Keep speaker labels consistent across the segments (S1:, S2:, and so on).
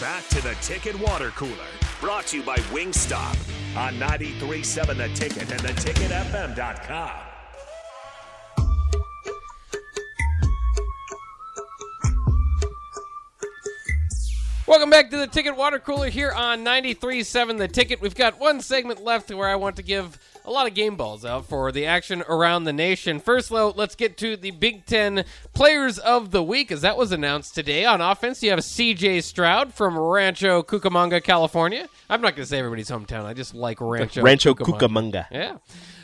S1: Back to the Ticket Water Cooler, brought to you by Wingstop on 937 The Ticket and theticketfm.com.
S2: Welcome back to the Ticket Water Cooler here on 93.7 The Ticket. We've got one segment left where I want to give a lot of game balls out for the action around the nation. First, though, let's get to the Big Ten Players of the Week, as that was announced today. On offense, you have C.J. Stroud from Rancho Cucamonga, California. I'm not going to say everybody's hometown. I just like Rancho.
S3: Rancho Cucamonga.
S2: Yeah.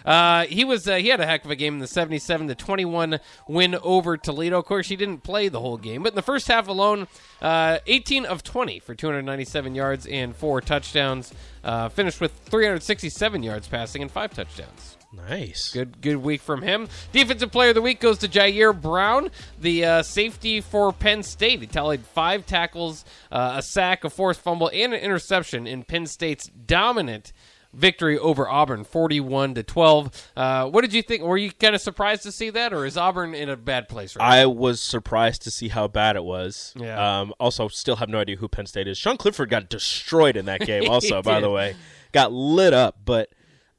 S2: Uh, he was uh, he had a heck of a game in the 77 to 21 win over Toledo. Of course, he didn't play the whole game, but in the first half alone, uh, 18 of 20 for 297 yards and four touchdowns. Uh, finished with 367 yards passing and five touchdowns.
S3: Nice.
S2: Good, good week from him. Defensive player of the week goes to Jair Brown, the uh, safety for Penn State. He tallied five tackles, uh, a sack, a forced fumble, and an interception in Penn State's dominant victory over Auburn, forty-one to twelve. Uh, What did you think? Were you kind of surprised to see that, or is Auburn in a bad place right
S3: I was surprised to see how bad it was.
S2: Yeah.
S3: Um, also, still have no idea who Penn State is. Sean Clifford got destroyed in that game. Also, by the
S2: did.
S3: way, got lit up. But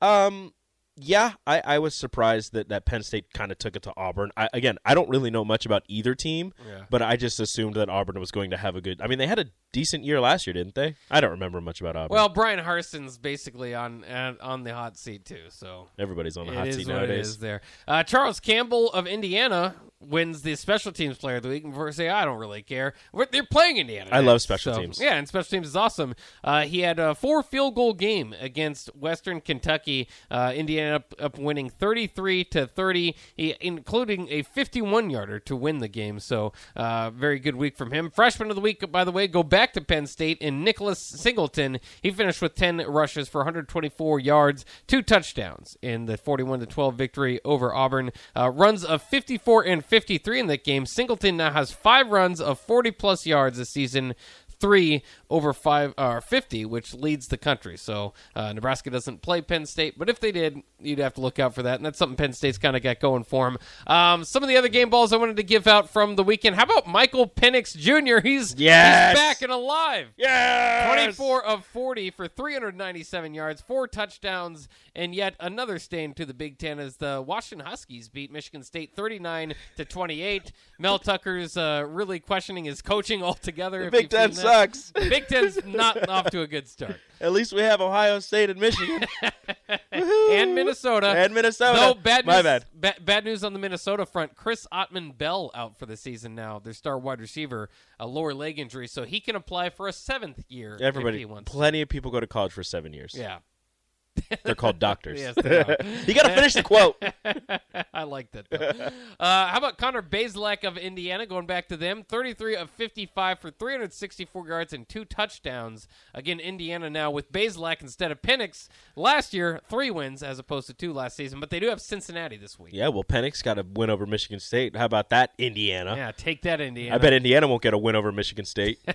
S3: um, yeah, I, I was surprised that that Penn State kind of took it to Auburn. I, again, I don't really know much about either team,
S2: Yeah.
S3: but I just assumed that Auburn was going to have a good. I mean, they had a decent year last year, didn't they? I don't remember much about Auburn.
S2: Well, Brian Harson's basically on uh, on the hot seat too, so
S3: everybody's on the
S2: It
S3: hot
S2: is
S3: seat
S2: what
S3: nowadays.
S2: It is there. Uh, Charles Campbell of Indiana wins the special teams player of the week. And for say, I don't really care. We're, they're playing Indiana.
S3: I
S2: next,
S3: love special
S2: so-
S3: teams.
S2: Yeah, and special teams is awesome. Uh, he had a four field goal game against Western Kentucky. Uh, Indiana up, up winning thirty three to thirty, he, including a fifty one yarder to win the game. So uh, very good week from him. Freshman of the week, by the way, go back to Penn State and Nicholas Singleton. He finished with ten rushes for one hundred twenty four yards, two touchdowns in the forty one to twelve victory over Auburn. Uh, runs of fifty four and fifty three in that game. Singleton now has five runs of forty plus yards this season three over five uh, or fifty, which leads the country. So uh, Nebraska doesn't play Penn State, but if they did, you'd have to look out for that, and that's something Penn State's kind of got going for him. Um, some of the other game balls I wanted to give out from the weekend. How about Michael Penix Jr.? He's
S3: Yes!
S2: he's back and alive.
S3: Yes!
S2: 24 of 40 for 397 yards, four touchdowns, and yet another stain to the Big Ten as the Washington Huskies beat Michigan State 39 to 28. Mel Tucker's uh, really questioning his coaching altogether. if
S3: Big
S2: you've
S3: Ten
S2: seen that.
S3: sucks.
S2: The Big Ten's not off to a good start.
S3: At least we have Ohio State and Michigan
S2: And Minnesota.
S3: and Minnesota.
S2: No bad news.
S3: My bad.
S2: ba- bad news on the Minnesota front. Chris Ottman Bell out for the season now. Their star wide receiver, a lower leg injury, so he can apply for a seventh year. if he
S3: Everybody,
S2: wants. to.
S3: plenty of people go to college for seven years.
S2: yeah.
S3: They're called doctors.
S2: Yes, they are.
S3: you got to finish the quote.
S2: I like that. Though. uh, how about Connor Bazelak of Indiana? Going back to them, 33 of 55 for 364 yards and two touchdowns. Again, Indiana now with Bazelak instead of Penix. Last year, three wins as opposed to two last season, but they do have Cincinnati this week.
S3: Yeah, well, Penix got a win over Michigan State. How about that, Indiana?
S2: Yeah, take that, Indiana.
S3: I bet Indiana won't get a win over Michigan State.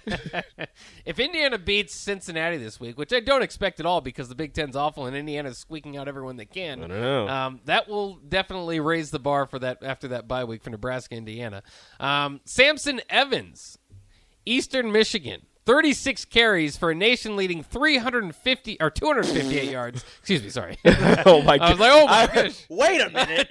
S2: If Indiana beats Cincinnati this week, which I don't expect at all because the Big Ten's awful and Indiana's squeaking out everyone they can,
S3: I don't know.
S2: Um, that will definitely raise the bar for that after that bye week for Nebraska, Indiana. Um, Samson Evans, Eastern Michigan. 36 carries for a nation leading 350 or 258 yards. Excuse me, sorry.
S3: oh my!
S2: I was
S3: god-
S2: like, oh my
S3: I-
S2: gosh.
S3: Wait a minute.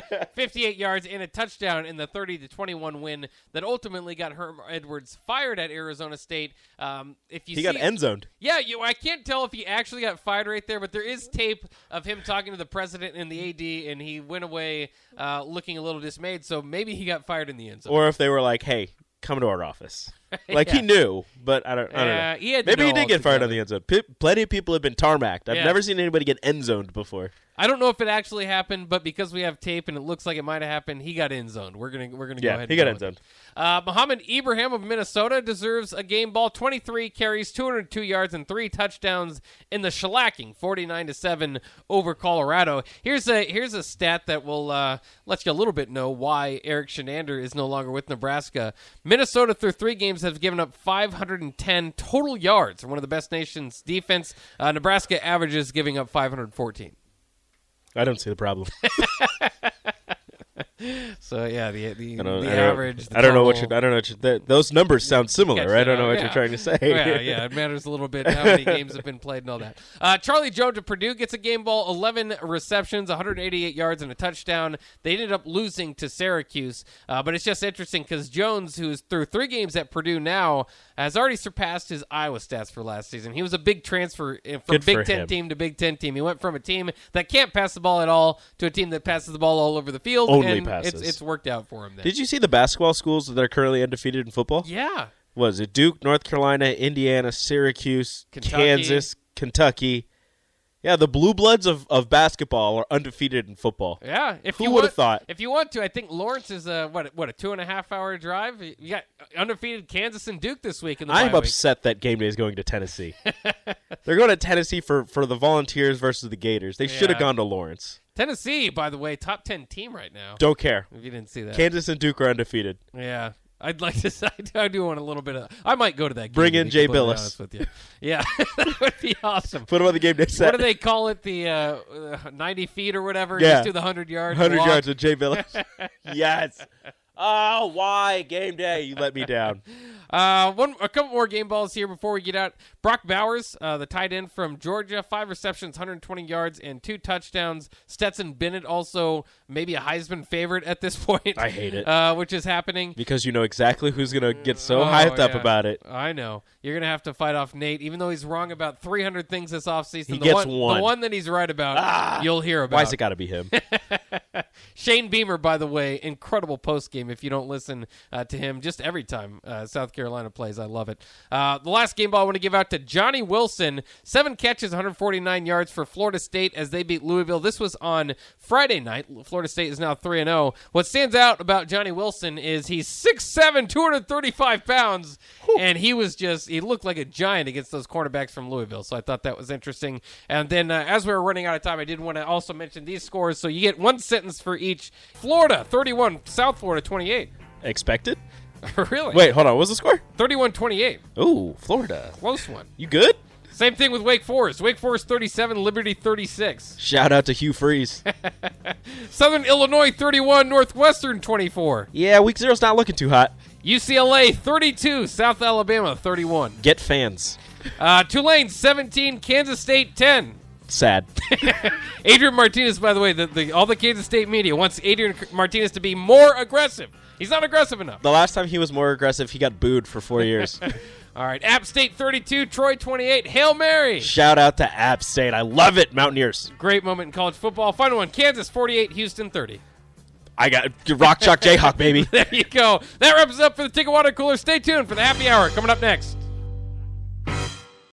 S2: 258 yards and a touchdown in the 30 to 21 win that ultimately got Herm Edwards fired at Arizona State. Um, if you
S3: he got
S2: see-
S3: end zoned.
S2: yeah, you, I can't tell if he actually got fired right there, but there is tape of him talking to the president and the AD, and he went away uh, looking a little dismayed. So maybe he got fired in the end zone.
S3: Or if they were like, "Hey, come to our office." Like he
S2: Yeah.
S3: knew, but I don't. I don't
S2: Yeah,
S3: know.
S2: he had to
S3: Maybe he
S2: know
S3: did get fired
S2: altogether.
S3: on the end zone. P- plenty of people have been tarmacked. I've
S2: Yeah.
S3: never seen anybody get end zoned before.
S2: I don't know if it actually happened, but because we have tape and it looks like it might have happened, he got end zoned. We're gonna we're gonna go
S3: Yeah,
S2: ahead. and
S3: he got
S2: go
S3: end
S2: with it.
S3: zoned.
S2: Uh, Muhammad Ibrahim of Minnesota deserves a game ball. Twenty three carries, two hundred two yards, and three touchdowns in the shellacking forty nine to seven over Colorado. Here's a here's a stat that will uh, let you a little bit know why Eric Shenander is no longer with Nebraska. Minnesota through three games has given up five hundred and ten total yards. One of the best nations defense. Uh, Nebraska averages giving up five hundred fourteen.
S3: I don't see the problem.
S2: So yeah, the the,
S3: I don't,
S2: the
S3: I don't-
S2: average. the
S3: I don't know what you.
S2: total-
S3: I don't know what you, that, those numbers sound similar.
S2: Yes,
S3: I don't
S2: uh,
S3: know what
S2: yeah.
S3: you're trying to say.
S2: yeah, yeah, it matters a little bit how many games have been played and all that. Uh, Charlie Jones of Purdue gets a game ball, 11 receptions, 188 yards, and a touchdown. They ended up losing to Syracuse, uh, but it's just interesting because Jones, who's through three games at Purdue now, has already surpassed his Iowa stats for last season. He was a big transfer uh, from
S3: Good
S2: Big
S3: for
S2: Ten
S3: him.
S2: team to Big Ten team. He went from a team that can't pass the ball at all to a team that passes the ball all over the field.
S3: Only
S2: and It's,
S3: passes.
S2: it's worked out for him. Then.
S3: Did you see the basketball schools that are currently undefeated in football?
S2: yeah.
S3: Was it Duke, North Carolina, Indiana, Syracuse,
S2: Kentucky.
S3: Kansas, Kentucky? Yeah, the blue bloods of, of basketball are undefeated in football.
S2: Yeah, if
S3: Who
S2: you
S3: would've
S2: want-
S3: thought?
S2: If you want to, I think Lawrence is a what? What a two and a half hour drive. You got undefeated Kansas and Duke this week in the bye
S3: I'm
S2: week.
S3: upset that game day is going to Tennessee. They're going to Tennessee for, for the Volunteers versus the Gators. They should
S2: Yeah.
S3: have gone to Lawrence.
S2: Tennessee, by the way, top ten team right now.
S3: Don't care.
S2: If you didn't see that,
S3: Kansas and Duke are undefeated.
S2: yeah. I'd like to. say- I do want a little bit of. I might go to that. Game
S3: Bring
S2: to
S3: in
S2: be
S3: Jay
S2: completely
S3: Billis.
S2: honest With you. Yeah, that would be awesome.
S3: What about the game day set?
S2: What do they call it? The uh, uh, ninety feet or whatever.
S3: Yeah.
S2: Just do the hundred yard.
S3: 100
S2: walk.
S3: yards with Jay Billis. yes. Oh, why game day? You let me down.
S2: Uh, one a couple more game balls here before we get out. Brock Bowers, uh, the tight end from Georgia, five receptions, 120 yards, and two touchdowns. Stetson Bennett also maybe a Heisman favorite at this point.
S3: I hate it.
S2: uh, which is happening.
S3: Because you know exactly who's going to get so
S2: Oh,
S3: hyped up
S2: yeah.
S3: about it.
S2: I know you're gonna have to fight off Nate, even though he's wrong about 300 things this offseason.
S3: He
S2: the
S3: gets
S2: one,
S3: one. Ah.
S2: the one that he's right about, you'll hear about.
S3: Why's it got to be him?
S2: Shane Beamer, by the way, incredible post game. If you don't listen uh, to him, just every time uh, South Carolina plays, I love it. Uh, the last game ball I want to give out to Johnny Wilson. Seven catches, 149 yards for Florida State as they beat Louisville. This was on Friday night. Florida State is now 3 0. What stands out about Johnny Wilson is he's 6'7, 235 pounds, and he was just, he looked like a giant against those cornerbacks from Louisville. So I thought that was interesting. And then uh, as we were running out of time, I did want to also mention these scores. So you get one sentence for each Florida 31, South Florida 28.
S3: Expected?
S2: really?
S3: Wait, hold on. What was the score?
S2: 31 28.
S3: Ooh, Florida.
S2: Close one.
S3: You good?
S2: Same thing with Wake Forest. Wake Forest 37, Liberty 36.
S3: Shout out to Hugh Freeze.
S2: Southern Illinois 31, Northwestern 24.
S3: yeah, week zero's not looking too hot.
S2: UCLA 32, South Alabama 31.
S3: Get fans.
S2: Uh, Tulane 17, Kansas State 10.
S3: Sad.
S2: Adrian Martinez, by the way, the, the, all the Kansas State media wants Adrian Martinez to be more aggressive. He's not aggressive enough.
S3: the last time he was more aggressive, he got booed for four years.
S2: All right, App State 32, Troy 28, Hail Mary.
S3: Shout out to App State. I love it, Mountaineers.
S2: Great moment in college football. Final one, Kansas 48, Houston 30.
S3: I got Rock Chalk Jayhawk, baby.
S2: There you go. That wraps us up for the Ticket Water Cooler. Stay tuned for the happy hour coming up next.